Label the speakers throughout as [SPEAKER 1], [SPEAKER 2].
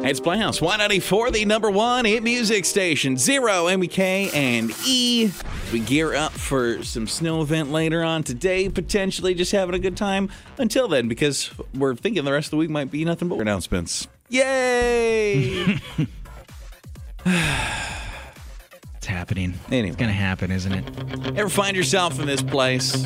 [SPEAKER 1] It's Playhouse 194, the number one hit music station. Zero, MBK, and E. We gear up for some snow event later on today, potentially just having a good time until then, because we're thinking the rest of the week might be nothing but announcements. Yay!
[SPEAKER 2] It's happening.
[SPEAKER 1] Anyway.
[SPEAKER 2] It's gonna happen, isn't it?
[SPEAKER 1] Ever find yourself in this place?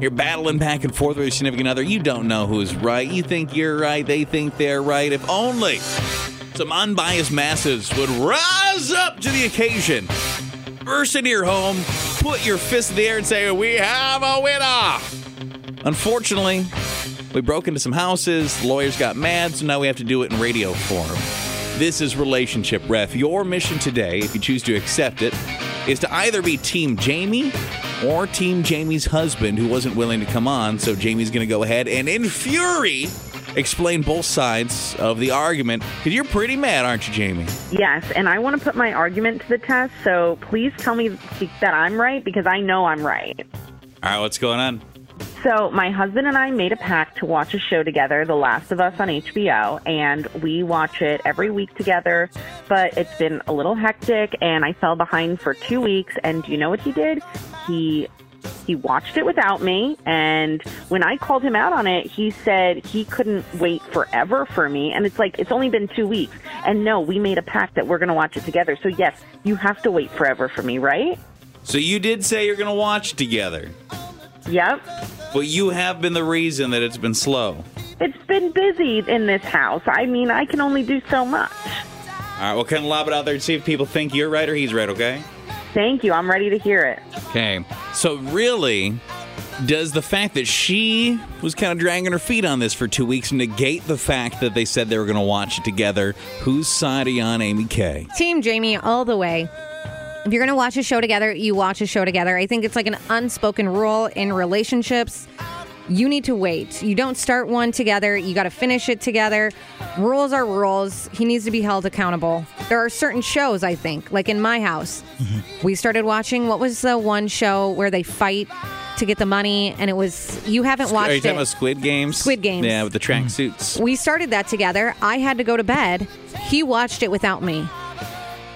[SPEAKER 1] You're battling back and forth with your significant other. You don't know who's right. You think you're right. They think they're right. If only some unbiased masses would rise up to the occasion, burst into your home, put your fist in the air, and say, We have a winner. Unfortunately, we broke into some houses. The lawyers got mad, so now we have to do it in radio form. This is Relationship Ref. Your mission today, if you choose to accept it, is to either be Team Jamie or Team Jamie's husband, who wasn't willing to come on. So Jamie's going to go ahead and, in fury, explain both sides of the argument. Because you're pretty mad, aren't you, Jamie?
[SPEAKER 3] Yes, and I want to put my argument to the test, so please tell me that I'm right because I know I'm right.
[SPEAKER 1] All right, what's going on?
[SPEAKER 3] So, my husband and I made a pact to watch a show together, The Last of Us on HBO, and we watch it every week together, but it's been a little hectic and I fell behind for 2 weeks and do you know what he did? He he watched it without me and when I called him out on it, he said he couldn't wait forever for me and it's like it's only been 2 weeks. And no, we made a pact that we're going to watch it together. So, yes, you have to wait forever for me, right?
[SPEAKER 1] So you did say you're going to watch together,
[SPEAKER 3] Yep.
[SPEAKER 1] but you have been the reason that it's been slow.
[SPEAKER 3] It's been busy in this house. I mean, I can only do so much.
[SPEAKER 1] All right, well, kind of lob it out there and see if people think you're right or he's right, okay?
[SPEAKER 3] Thank you. I'm ready to hear it.
[SPEAKER 1] Okay. So really, does the fact that she was kind of dragging her feet on this for two weeks negate the fact that they said they were going to watch it together? Whose side are you on, Amy Kay?
[SPEAKER 4] Team Jamie all the way. If you're going to watch a show together, you watch a show together. I think it's like an unspoken rule in relationships. You need to wait. You don't start one together. You got to finish it together. Rules are rules. He needs to be held accountable. There are certain shows, I think, like in my house. We started watching what was the one show where they fight to get the money and it was you haven't watched
[SPEAKER 1] Are you
[SPEAKER 4] it.
[SPEAKER 1] talking about Squid Games?
[SPEAKER 4] Squid Games.
[SPEAKER 1] Yeah, with the tracksuits.
[SPEAKER 4] We started that together. I had to go to bed. He watched it without me.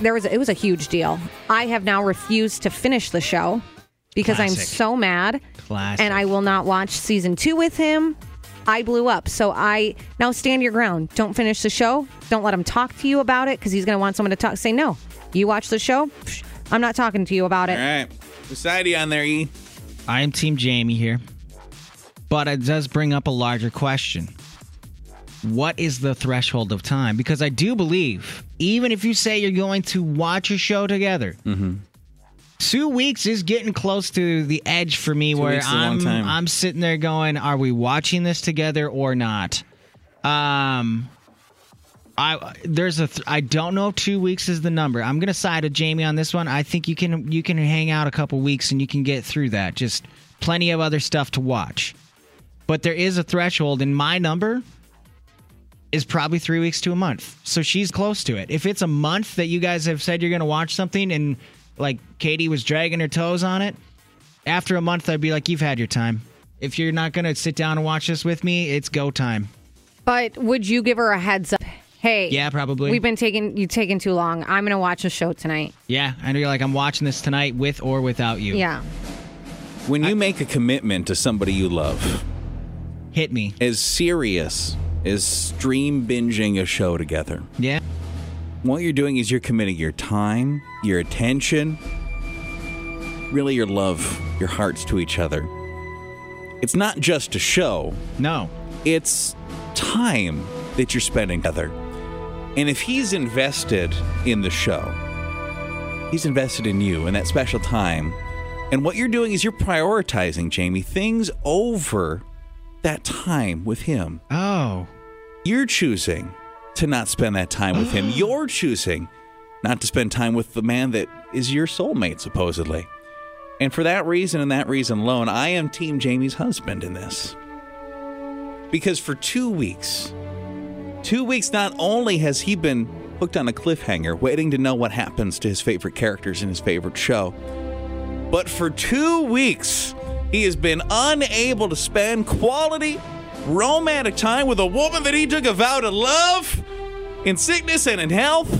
[SPEAKER 4] There was it was a huge deal. I have now refused to finish the show because I'm
[SPEAKER 2] Classic.
[SPEAKER 4] so mad.
[SPEAKER 2] Classic.
[SPEAKER 4] And I will not watch season 2 with him. I blew up. So I now stand your ground. Don't finish the show. Don't let him talk to you about it cuz he's going to want someone to talk say no. You watch the show. Psh, I'm not talking to you about it.
[SPEAKER 1] All right. Whose side are you on there, E?
[SPEAKER 2] I am Team Jamie here, but it does bring up a larger question. What is the threshold of time? Because I do believe, even if you say you're going to watch a show together, two weeks is getting close to the edge for me, where
[SPEAKER 1] weeks is a long
[SPEAKER 2] I'm
[SPEAKER 1] time.
[SPEAKER 2] I'm sitting there going, "Are we watching this together or not?" Um, I there's a th- I don't know if two weeks is the number. I'm gonna side with Jamie on this one. I think you can you can hang out a couple weeks and you can get through that. Just plenty of other stuff to watch, but there is a threshold, and my number is probably three weeks to a month. So she's close to it. If it's a month that you guys have said you're gonna watch something, and like Katie was dragging her toes on it, after a month I'd be like, you've had your time. If you're not gonna sit down and watch this with me, it's go time.
[SPEAKER 4] But would you give her a heads up? Hey.
[SPEAKER 2] Yeah, probably.
[SPEAKER 4] We've been taking you taking too long. I'm going to watch a show tonight.
[SPEAKER 2] Yeah, I know you're like, I'm watching this tonight with or without you.
[SPEAKER 4] Yeah.
[SPEAKER 1] When you make a commitment to somebody you love,
[SPEAKER 2] Hit me.
[SPEAKER 1] as serious as stream binging a show together,
[SPEAKER 2] Yeah.
[SPEAKER 1] what you're doing is you're committing your time, your attention, really your love, your hearts to each other. It's not just a show,
[SPEAKER 2] No.
[SPEAKER 1] it's time that you're spending together. And if he's invested in the show, he's invested in you and that special time. And what you're doing is you're prioritizing, Jamie, things over that time with him
[SPEAKER 2] Oh.
[SPEAKER 1] you're choosing to not spend that time with him. You're choosing not to spend time with the man that is your soulmate, supposedly. And for that reason and that reason alone, I am Team Jamie's husband in this. Because for two weeks, two weeks, not only has he been hooked on a cliffhanger, waiting to know what happens to his favorite characters in his favorite show, but for two weeks, he has been unable to spend quality romantic time with a woman that he took a vow to love in sickness and in health,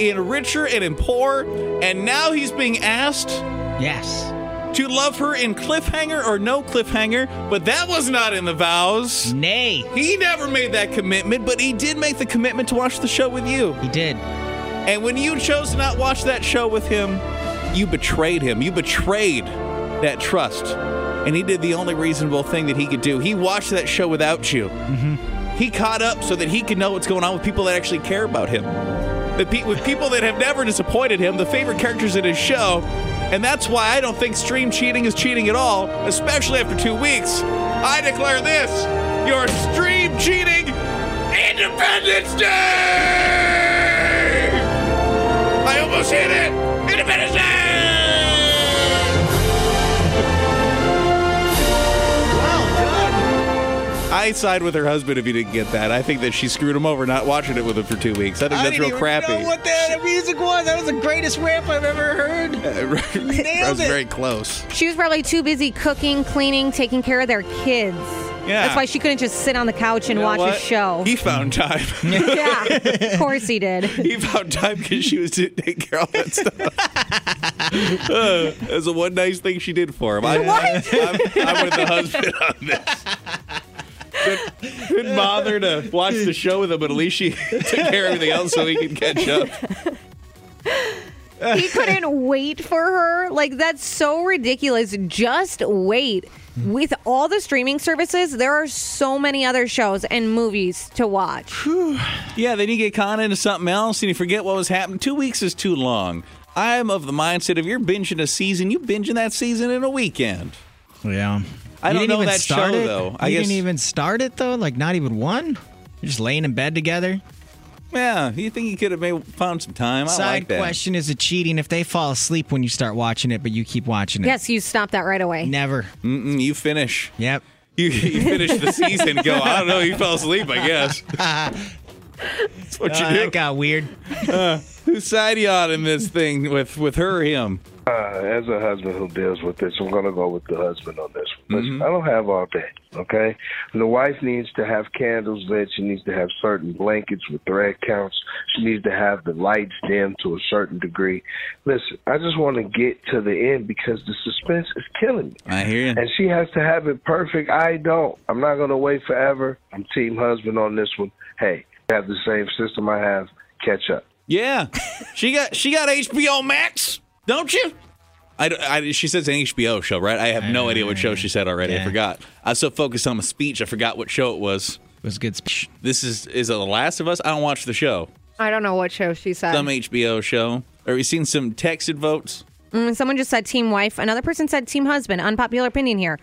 [SPEAKER 1] in richer and in poor, and now he's being asked
[SPEAKER 2] Yes.
[SPEAKER 1] to love her in cliffhanger or no cliffhanger, but that was not in the vows.
[SPEAKER 2] Nay.
[SPEAKER 1] He never made that commitment, but he did make the commitment to watch the show with you.
[SPEAKER 2] He did.
[SPEAKER 1] And when you chose to not watch that show with him, you betrayed him. You betrayed that trust. And he did the only reasonable thing that he could do. He watched that show without you. He caught up so that he could know what's going on with people that actually care about him. The pe- with people that have never disappointed him, the favorite characters in his show. And that's why I don't think stream cheating is cheating at all, especially after two weeks. I declare this your stream cheating Independence Day! I almost hit it! Independence Day! I side with her husband if you didn't get that. I think that she screwed him over not watching it with him for two weeks. I think that's real crappy.
[SPEAKER 2] that music was. That was the greatest rap I've ever heard.
[SPEAKER 1] I was
[SPEAKER 2] it.
[SPEAKER 1] very close.
[SPEAKER 4] She was probably too busy cooking, cleaning, taking care of their kids.
[SPEAKER 1] Yeah.
[SPEAKER 4] That's why she couldn't just sit on the couch
[SPEAKER 1] You
[SPEAKER 4] and
[SPEAKER 1] know
[SPEAKER 4] watch
[SPEAKER 1] what?
[SPEAKER 4] a show.
[SPEAKER 1] He found time.
[SPEAKER 4] yeah, of course he did.
[SPEAKER 1] he found time because she was taking care of all that stuff. uh, that's the one nice thing she did for him. I, am I'm with the husband on this. Couldn't, couldn't bother to watch the show with him, but at least she took care of everything else so he could catch up.
[SPEAKER 4] he couldn't wait for her. Like that's so ridiculous. Just wait. With all the streaming services, there are so many other shows and movies to watch.
[SPEAKER 1] Yeah, then you get caught into something else and you forget what was happening. Two weeks is too long. I'm of the mindset if you're binging a season, you binging that season in a weekend.
[SPEAKER 2] Yeah.
[SPEAKER 1] I
[SPEAKER 2] You
[SPEAKER 1] don't
[SPEAKER 2] didn't
[SPEAKER 1] know
[SPEAKER 2] even
[SPEAKER 1] that
[SPEAKER 2] start
[SPEAKER 1] show,
[SPEAKER 2] it?
[SPEAKER 1] though. I
[SPEAKER 2] you
[SPEAKER 1] guess-
[SPEAKER 2] didn't even start it though. Like not even one. You're just laying in bed together.
[SPEAKER 1] Yeah, you think you could have made, found some time? I
[SPEAKER 2] Side
[SPEAKER 1] like that.
[SPEAKER 2] question: Is it cheating if they fall asleep when you start watching it, but you keep watching it?
[SPEAKER 4] Yes, you stopped that right away.
[SPEAKER 2] Never.
[SPEAKER 1] Mm-mm, you finish.
[SPEAKER 2] Yep.
[SPEAKER 1] You, you finish the season. Go. I don't know. You fell asleep. I guess. That's what
[SPEAKER 2] Uh,
[SPEAKER 1] you do.
[SPEAKER 2] that got weird.
[SPEAKER 1] Who's side you on in this thing with with her or him?
[SPEAKER 5] Uh, as a husband who deals with this, I'm going to go with the husband on this. But I don't have all day, okay? The wife needs to have candles lit. She needs to have certain blankets with thread counts. She needs to have the lights dimmed to a certain degree. Listen, I just want to get to the end because the suspense is killing me.
[SPEAKER 1] I hear you.
[SPEAKER 5] And she has to have it perfect. I don't. I'm not going to wait forever. I'm team husband on this one. Hey, have the same system I have. Catch up.
[SPEAKER 1] Yeah, she got she got HBO Max, don't you? I, d- I- she says an HBO show, right? I have no idea what show she said already. I
[SPEAKER 2] Yeah.
[SPEAKER 1] forgot. I was so focused on my speech, I forgot what show it was.
[SPEAKER 2] It was good. speech.
[SPEAKER 1] This is is it The Last of Us? I don't watch the show.
[SPEAKER 4] I don't know what show she said.
[SPEAKER 1] Some HBO show. Are we seeing some texted votes?
[SPEAKER 4] Mm, Someone just said team wife. Another person said team husband. Unpopular opinion here.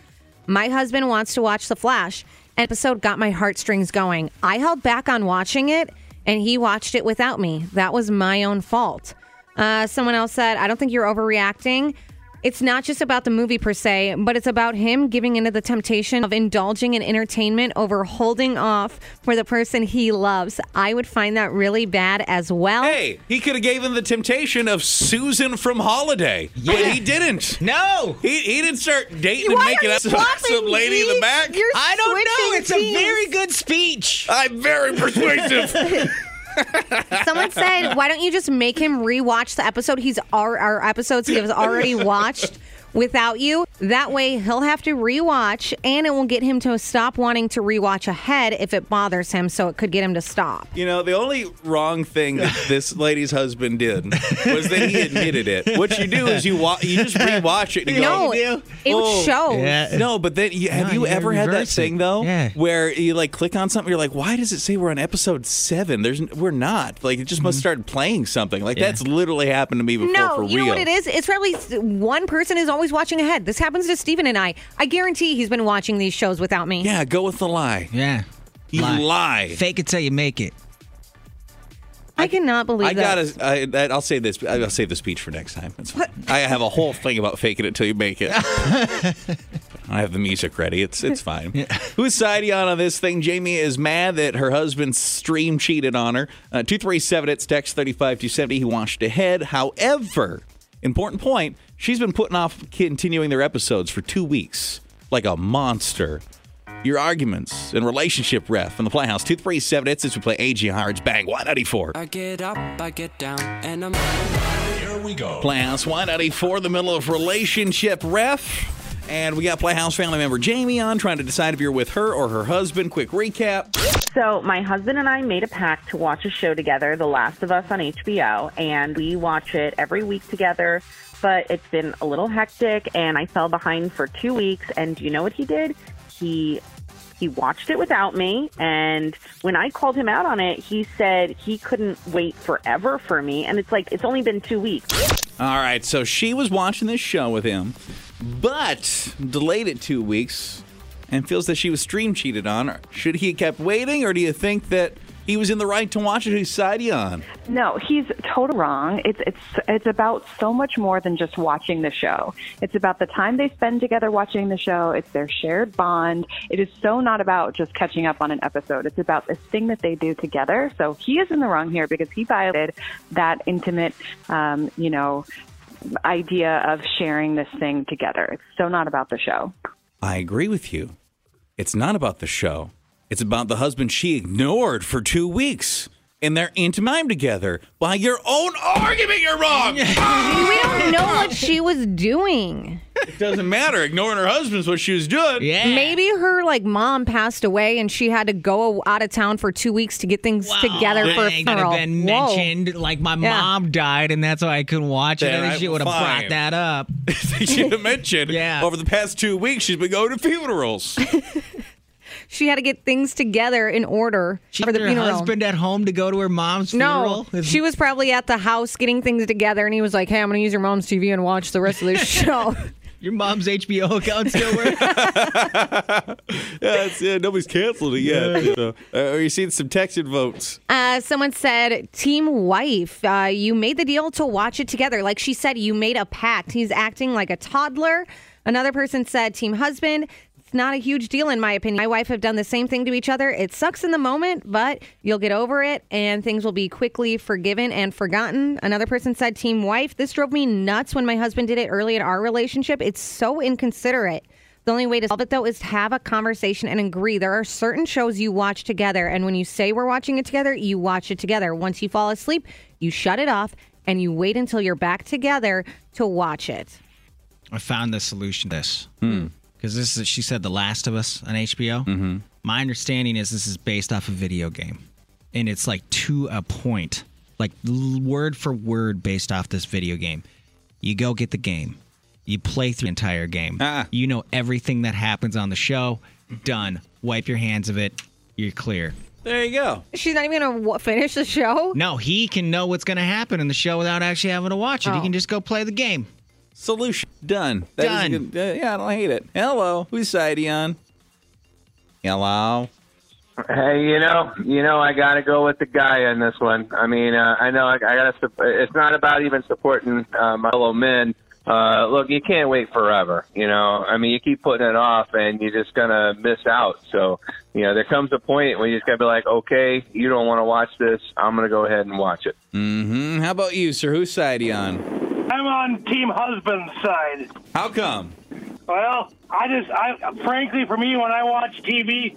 [SPEAKER 4] My husband wants to watch The Flash. An episode got my heartstrings going. I held back on watching it, and he watched it without me. That was my own fault. Uh, someone else said, I don't think you're overreacting. It's not just about the movie per se, but it's about him giving into the temptation of indulging in entertainment over holding off for the person he loves. I would find that really bad as well.
[SPEAKER 1] Hey, he could have given the temptation of Susan from Holiday, but he didn't.
[SPEAKER 2] No.
[SPEAKER 1] He, he didn't start dating
[SPEAKER 4] Why
[SPEAKER 1] and making
[SPEAKER 4] are you
[SPEAKER 1] out with some
[SPEAKER 4] swapping
[SPEAKER 1] lady in the
[SPEAKER 4] these?
[SPEAKER 1] back.
[SPEAKER 4] You're
[SPEAKER 2] I don't know.
[SPEAKER 4] switching
[SPEAKER 2] It's a
[SPEAKER 4] teams.
[SPEAKER 2] very good speech.
[SPEAKER 1] I'm very persuasive.
[SPEAKER 4] Someone said, "Why don't you just make him rewatch the episode? He's our, our episodes he has already watched without you. That way, he'll have to rewatch, and it will get him to stop wanting to rewatch ahead if it bothers him. So it could get him to stop.
[SPEAKER 1] You know, the only wrong thing that this lady's husband did was that he admitted it. What you do is you wa- you just rewatch it and you go.
[SPEAKER 4] no, it,
[SPEAKER 1] Oh,
[SPEAKER 4] shows.
[SPEAKER 2] yeah.
[SPEAKER 1] No, but then you, have
[SPEAKER 2] No,
[SPEAKER 1] you
[SPEAKER 2] you gotta
[SPEAKER 1] ever had that
[SPEAKER 2] reverse it.
[SPEAKER 1] thing though,
[SPEAKER 2] Yeah.
[SPEAKER 1] where you like click on something, you're like, why does it say we're on episode seven? There's n- we're not. Like it just
[SPEAKER 2] Mm-hmm.
[SPEAKER 1] must start playing something. Like that's literally happened to me before. for
[SPEAKER 4] No, you
[SPEAKER 1] real.
[SPEAKER 4] know what it is? It's probably s- one person is always watching ahead. This happens to Steven and I. I guarantee he's been watching these shows without me.
[SPEAKER 1] Yeah, go with the lie.
[SPEAKER 2] Yeah.
[SPEAKER 1] You lie.
[SPEAKER 2] Fake it till you make it.
[SPEAKER 4] I cannot believe
[SPEAKER 1] I
[SPEAKER 4] that.
[SPEAKER 1] gotta. I, that- I'll say this. I'll save the speech for next time. It's fine. I have a whole thing about faking it till you make it. I have the music ready. It's it's fine. Who's side you on on this thing? Jamie is mad that her husband stream cheated on her. Uh, two three seven. It's text thirty five two seventy. He watched ahead. However, important point. She's been putting off continuing their episodes for two weeks, like a monster. your arguments and relationship ref from the Playhouse. 237 It's as we play AG Hard's Bang 194.
[SPEAKER 6] I get up, I get down, and I'm.
[SPEAKER 1] Playhouse 194, the middle of relationship ref. And we got Playhouse family member Jamie on trying to decide if you're with her or her husband. Quick recap.
[SPEAKER 3] So, my husband and I made a pact to watch a show together, The Last of Us on HBO, and we watch it every week together. But it's been a little hectic, and I fell behind for two weeks. And do you know what he did? He he watched it without me, and when I called him out on it, he said he couldn't wait forever for me. And it's like it's only been two weeks.
[SPEAKER 1] All right, so she was watching this show with him, but delayed it two weeks and feels that she was stream cheated on. Should he have kept waiting, or do you think that he was in the right to watch it? Whose side are you on?
[SPEAKER 7] No, he's total wrong. It's it's it's about so much more than just watching the show. It's about the time they spend together watching the show. It's their shared bond. It is so not about just catching up on an episode. It's about this thing that they do together. So he is in the wrong here because he violated that intimate, um, you know, idea of sharing this thing together. It's so not about the show.
[SPEAKER 1] I agree with you. It's not about the show. It's about the husband she ignored for two weeks and their intimate time together. By your own argument, you're wrong.
[SPEAKER 4] We don't know what she was doing.
[SPEAKER 1] it doesn't matter. Ignoring her husband's what she was doing.
[SPEAKER 2] Yeah.
[SPEAKER 4] Maybe her like mom passed away and she had to go out of town for two weeks to get things together for
[SPEAKER 2] That
[SPEAKER 4] a
[SPEAKER 2] ain't
[SPEAKER 4] funeral.
[SPEAKER 2] have been
[SPEAKER 4] Whoa.
[SPEAKER 2] mentioned. Like my
[SPEAKER 4] Yeah.
[SPEAKER 2] mom died, and that's why I couldn't watch it.
[SPEAKER 1] Then
[SPEAKER 2] I
[SPEAKER 1] I-
[SPEAKER 2] think she would have
[SPEAKER 1] fine.
[SPEAKER 2] brought that up.
[SPEAKER 1] she should have mentioned.
[SPEAKER 2] Yeah.
[SPEAKER 1] Over the past two weeks, she's been going to funerals.
[SPEAKER 4] She had to get things together in order
[SPEAKER 2] She
[SPEAKER 4] for
[SPEAKER 2] had
[SPEAKER 4] the
[SPEAKER 2] her
[SPEAKER 4] funeral.
[SPEAKER 2] husband at home to go to her mom's
[SPEAKER 4] no,
[SPEAKER 2] funeral. Is-
[SPEAKER 4] she was probably at the house getting things together, and he was like, "Hey, I'm going to use your mom's TV and watch the rest of this show."
[SPEAKER 2] your mom's HBO account still works.
[SPEAKER 1] Yeah, it's, yeah, nobody's canceled it yet. you know. Uh, are you seeing some Texan votes?
[SPEAKER 4] Uh, someone said, Team Wife, uh, you made the deal to watch it together. Like she said, you made a pact. He's acting like a toddler. Another person said, Team Husband, it's not a huge deal in my opinion. My wife have done the same thing to each other. It sucks in the moment, but you'll get over it and things will be quickly forgiven and forgotten. Another person said, Team Wife, this drove me nuts when my husband did it early in our relationship. It's so inconsiderate. The only way to solve it though is to have a conversation and agree. There are certain shows you watch together, and when you say we're watching it together, you watch it together. Once you fall asleep, you shut it off and you wait until you're back together to watch it.
[SPEAKER 2] I found the solution to this. Because this is, she said, The Last of Us on HBO. Mm-hmm. My understanding is this is based off a video game. And it's like to a point, like l- word for word based off this video game. You go get the game, you play through the entire game.
[SPEAKER 1] Ah.
[SPEAKER 2] You know everything that happens on the show. Done. Wipe your hands of it. You're clear.
[SPEAKER 1] There you go.
[SPEAKER 4] She's not even gonna w- finish the show.
[SPEAKER 2] No, he can know what's going to happen in the show without actually having to watch it. He
[SPEAKER 4] Oh.
[SPEAKER 2] can just go play the game.
[SPEAKER 1] Solution done. That is a
[SPEAKER 2] Done.
[SPEAKER 1] good- uh, yeah, I don't hate it. Hello, who's side are you on? Hello.
[SPEAKER 8] Hey, you know, you know, I gotta go with the guy on this one. I mean, uh, I know I, I gotta. sup- It's not about even supporting uh, my fellow men. Uh, look, you can't wait forever. You know, I mean, you keep putting it off, and you're just gonna miss out. So, you know, there comes a point where you just gotta be like, okay, you don't want to watch this. I'm gonna go ahead and watch it.
[SPEAKER 1] Mm, how about you, sir? Whose side are you on?
[SPEAKER 9] I'm on team husband's side.
[SPEAKER 1] How come?
[SPEAKER 9] Well, I just, I frankly, for me, when I watch TV,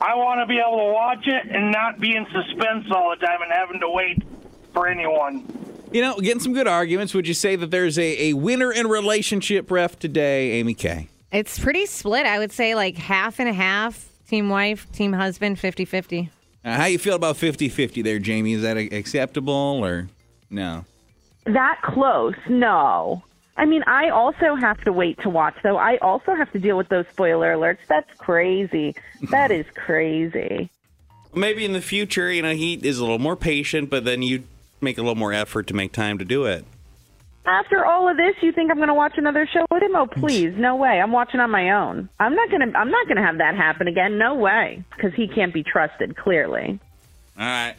[SPEAKER 9] I want to be able to watch it and not be in suspense all the time and having to wait for anyone.
[SPEAKER 1] You know, getting some good arguments. Would you say that there's a, a winner in relationship ref today, Amy Kay?
[SPEAKER 4] It's pretty split. I would say like half and a half. Team wife, team husband, 50 50.
[SPEAKER 1] Uh, how you feel about 50-50 there, Jamie? Is that a- acceptable or no?
[SPEAKER 3] that close. No. I mean, I also have to wait to watch, though. I also have to deal with those spoiler alerts. That's crazy. That is crazy.
[SPEAKER 1] Maybe in the future, you know, he is a little more patient, but then you make a little more effort to make time to do it.
[SPEAKER 3] After all of this, you think I'm going to watch another show with him? Oh, please, no way. I'm watching on my own. I'm not going to. I'm not going to have that happen again. No way, because he can't be trusted. Clearly.
[SPEAKER 1] All right.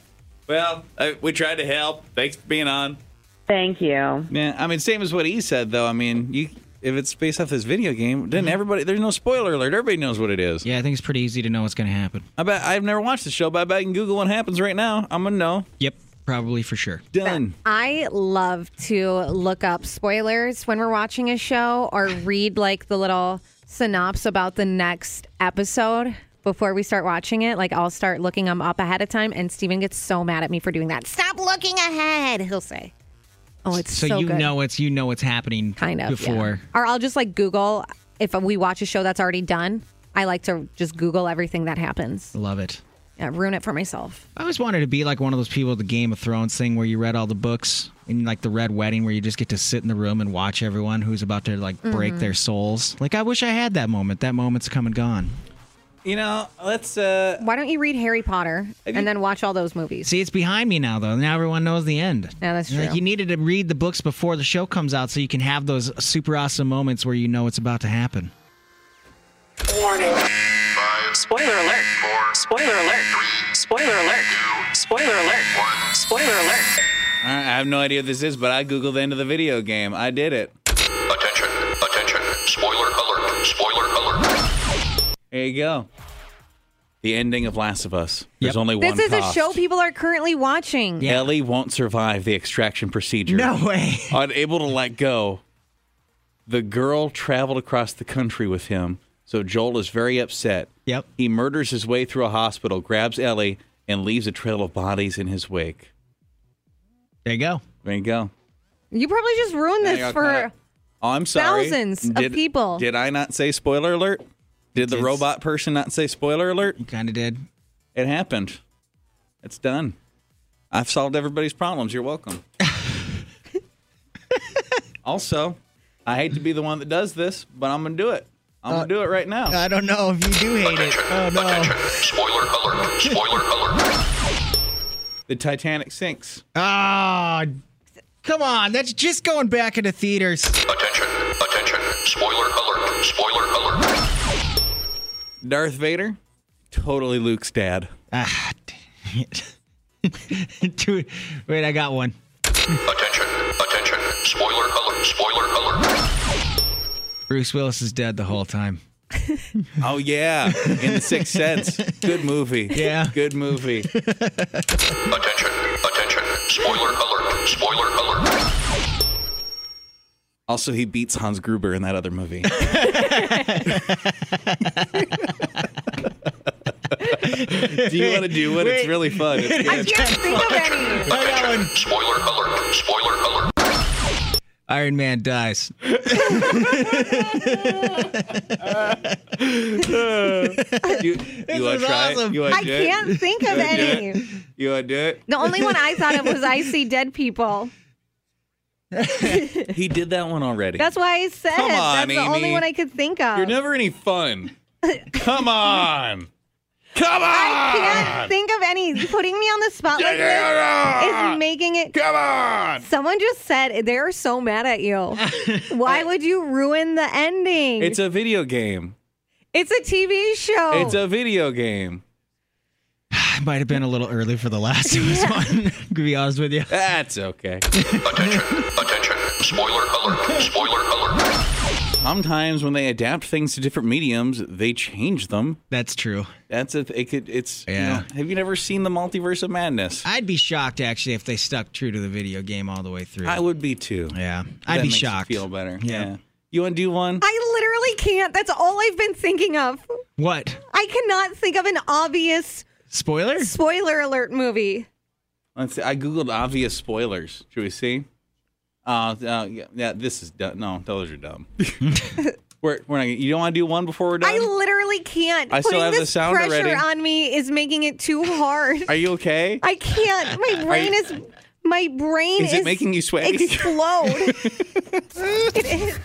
[SPEAKER 1] Well, uh, we tried to help. Thanks for being on.
[SPEAKER 3] Thank you.
[SPEAKER 1] Yeah, I mean, same as what he said, though. I mean, you if it's based off this video game, then everybody there's no spoiler alert. Everybody knows what it is.
[SPEAKER 2] Yeah, I think it's pretty easy to know what's going to happen.
[SPEAKER 1] I bet I've never watched the show, but I bet I can Google what happens right now. I'm gonna know.
[SPEAKER 2] Yep, probably for sure.
[SPEAKER 1] Done.
[SPEAKER 4] I love to look up spoilers when we're watching a show or read like the little synopsis about the next episode before we start watching it. Like I'll start looking them up ahead of time, and Steven gets so mad at me for doing that. Stop looking ahead, he'll say. Oh, it's
[SPEAKER 2] So,
[SPEAKER 4] so,
[SPEAKER 2] you
[SPEAKER 4] good.
[SPEAKER 2] know it's you know what's happening
[SPEAKER 4] kind of yeah.
[SPEAKER 2] before.
[SPEAKER 4] Or I'll just like Google if we watch a show that's already done. I like to just Google everything that happens.
[SPEAKER 2] Love it.
[SPEAKER 4] Yeah, ruin it for myself.
[SPEAKER 2] I always wanted to be like one of those people at the Game of Thrones thing where you read all the books in like the Red Wedding where you just get to sit in the room and watch everyone who's about to like break
[SPEAKER 4] Mm-hmm.
[SPEAKER 1] Mhm.
[SPEAKER 2] their souls. Like I wish I had that moment. That moment's come and gone.
[SPEAKER 1] You know, let's. uh
[SPEAKER 4] Why don't you read Harry Potter and then watch all those movies?
[SPEAKER 2] See, it's behind me now though. Now everyone knows the end.
[SPEAKER 4] Yeah, that's true.
[SPEAKER 2] Like, you needed to read the books before the show comes out so you can have those super awesome moments where you know it's about to happen.
[SPEAKER 10] Warning. Spoiler alert. Spoiler alert. Spoiler alert. Spoiler alert. Spoiler alert.
[SPEAKER 1] I I have no idea what this is, but I googled the end of the video game. I did it.
[SPEAKER 10] Attention. Attention. Spoiler alert. Spoiler alert.
[SPEAKER 1] There you go. The ending of Last of Us. There's only one.
[SPEAKER 4] This is
[SPEAKER 1] cost.
[SPEAKER 4] a show people are currently watching.
[SPEAKER 1] Ellie won't survive the extraction procedure.
[SPEAKER 4] No
[SPEAKER 2] way.
[SPEAKER 1] Unable to let go. The girl traveled across the country with him, so Joel is very upset.
[SPEAKER 2] Yep.
[SPEAKER 1] He murders his way through a hospital, grabs Ellie, and leaves a trail of bodies in his wake.
[SPEAKER 2] There you go.
[SPEAKER 1] There you go.
[SPEAKER 4] You probably just ruined
[SPEAKER 1] Yeah,
[SPEAKER 4] this
[SPEAKER 1] I got caught
[SPEAKER 4] for
[SPEAKER 1] up. Oh, I'm sorry.
[SPEAKER 4] Thousands of
[SPEAKER 1] Did-
[SPEAKER 4] people.
[SPEAKER 1] Did I not say spoiler alert? Did the robot person not say spoiler alert? You
[SPEAKER 2] kind of did.
[SPEAKER 1] It happened. It's done. I've solved everybody's problems. You're welcome. also, I hate to be the one that does this, but I'm going to do it. I'm going to do it right now.
[SPEAKER 2] I don't know if you do hate it. Oh no.
[SPEAKER 10] Spoiler alert. Spoiler alert.
[SPEAKER 1] The Titanic sinks.
[SPEAKER 2] Ah, come on. That's just going back into theaters.
[SPEAKER 10] Attention. Spoiler alert. Spoiler alert.
[SPEAKER 1] Darth Vader, totally Luke's dad.
[SPEAKER 2] Ah, dang it. Dude, wait, I got one.
[SPEAKER 10] Attention. Attention. Spoiler alert. Spoiler alert.
[SPEAKER 2] Bruce Willis is dead the whole time.
[SPEAKER 1] Oh, yeah. In The Sixth Sense. Good movie. Yeah. Good movie.
[SPEAKER 10] Attention. Attention. Spoiler alert. Spoiler alert.
[SPEAKER 1] Also, he beats Hans Gruber in that other movie. do you want to do one? It's really fun. It's good.
[SPEAKER 10] Spoiler alert. Spoiler alert.
[SPEAKER 2] Iron Man dies.
[SPEAKER 1] you
[SPEAKER 10] This
[SPEAKER 1] you want
[SPEAKER 10] is
[SPEAKER 1] to try
[SPEAKER 10] awesome.
[SPEAKER 1] it? You wanna
[SPEAKER 4] I
[SPEAKER 1] do it?
[SPEAKER 4] can't think of
[SPEAKER 1] You wanna do it?
[SPEAKER 4] any.
[SPEAKER 1] You want to do it?
[SPEAKER 4] The only one I thought of was I see dead people.
[SPEAKER 1] He did that one already.
[SPEAKER 4] That's why I said
[SPEAKER 1] Come on,
[SPEAKER 4] that's the only
[SPEAKER 1] Amy.
[SPEAKER 4] one I could think of.
[SPEAKER 1] You're never any fun. Come on. Come on. Ah!
[SPEAKER 4] think of any. Putting me on the spot like
[SPEAKER 1] ah!
[SPEAKER 4] this is making it.
[SPEAKER 1] Come on.
[SPEAKER 4] Someone just said they're so mad at you. Why would you ruin the ending?
[SPEAKER 1] It's a video game.
[SPEAKER 4] It's a TV show.
[SPEAKER 1] It's a video game.
[SPEAKER 2] I might have been a little early for the last of this one, to be honest with you.
[SPEAKER 1] That's okay.
[SPEAKER 10] Attention. Spoiler alert. Spoiler alert.
[SPEAKER 1] Sometimes when they adapt things to different mediums, they change them.
[SPEAKER 2] That's true.
[SPEAKER 1] That's a it could it's you
[SPEAKER 2] Yeah.
[SPEAKER 1] know, have you never seen the multiverse of madness?
[SPEAKER 2] I'd be shocked, actually, if they stuck true to the video game all the way through.
[SPEAKER 1] I would be too.
[SPEAKER 2] Yeah.
[SPEAKER 1] That
[SPEAKER 2] I'd be
[SPEAKER 1] makes you
[SPEAKER 2] shocked.
[SPEAKER 1] Feel better.
[SPEAKER 2] Yeah.
[SPEAKER 1] You want to do one?
[SPEAKER 4] I literally can't. That's all I've been thinking of.
[SPEAKER 2] What?
[SPEAKER 4] I cannot think of an obvious
[SPEAKER 2] Spoiler?
[SPEAKER 4] spoiler alert movie.
[SPEAKER 1] Let's see. I googled obvious spoilers. Should we see? Uh, uh yeah, yeah, this is dumb. No, those are dumb. we're we're not. gonna- You don't want to do one before we're done.
[SPEAKER 4] I literally can't.
[SPEAKER 1] I still
[SPEAKER 4] Putting
[SPEAKER 1] have the
[SPEAKER 4] this
[SPEAKER 1] sound
[SPEAKER 4] pressure
[SPEAKER 1] already.
[SPEAKER 4] on me is making it too hard.
[SPEAKER 1] are you okay?
[SPEAKER 4] I can't. My brain
[SPEAKER 1] you-
[SPEAKER 4] is. My brain
[SPEAKER 1] Is it making you sweaty?
[SPEAKER 4] Explode. It is.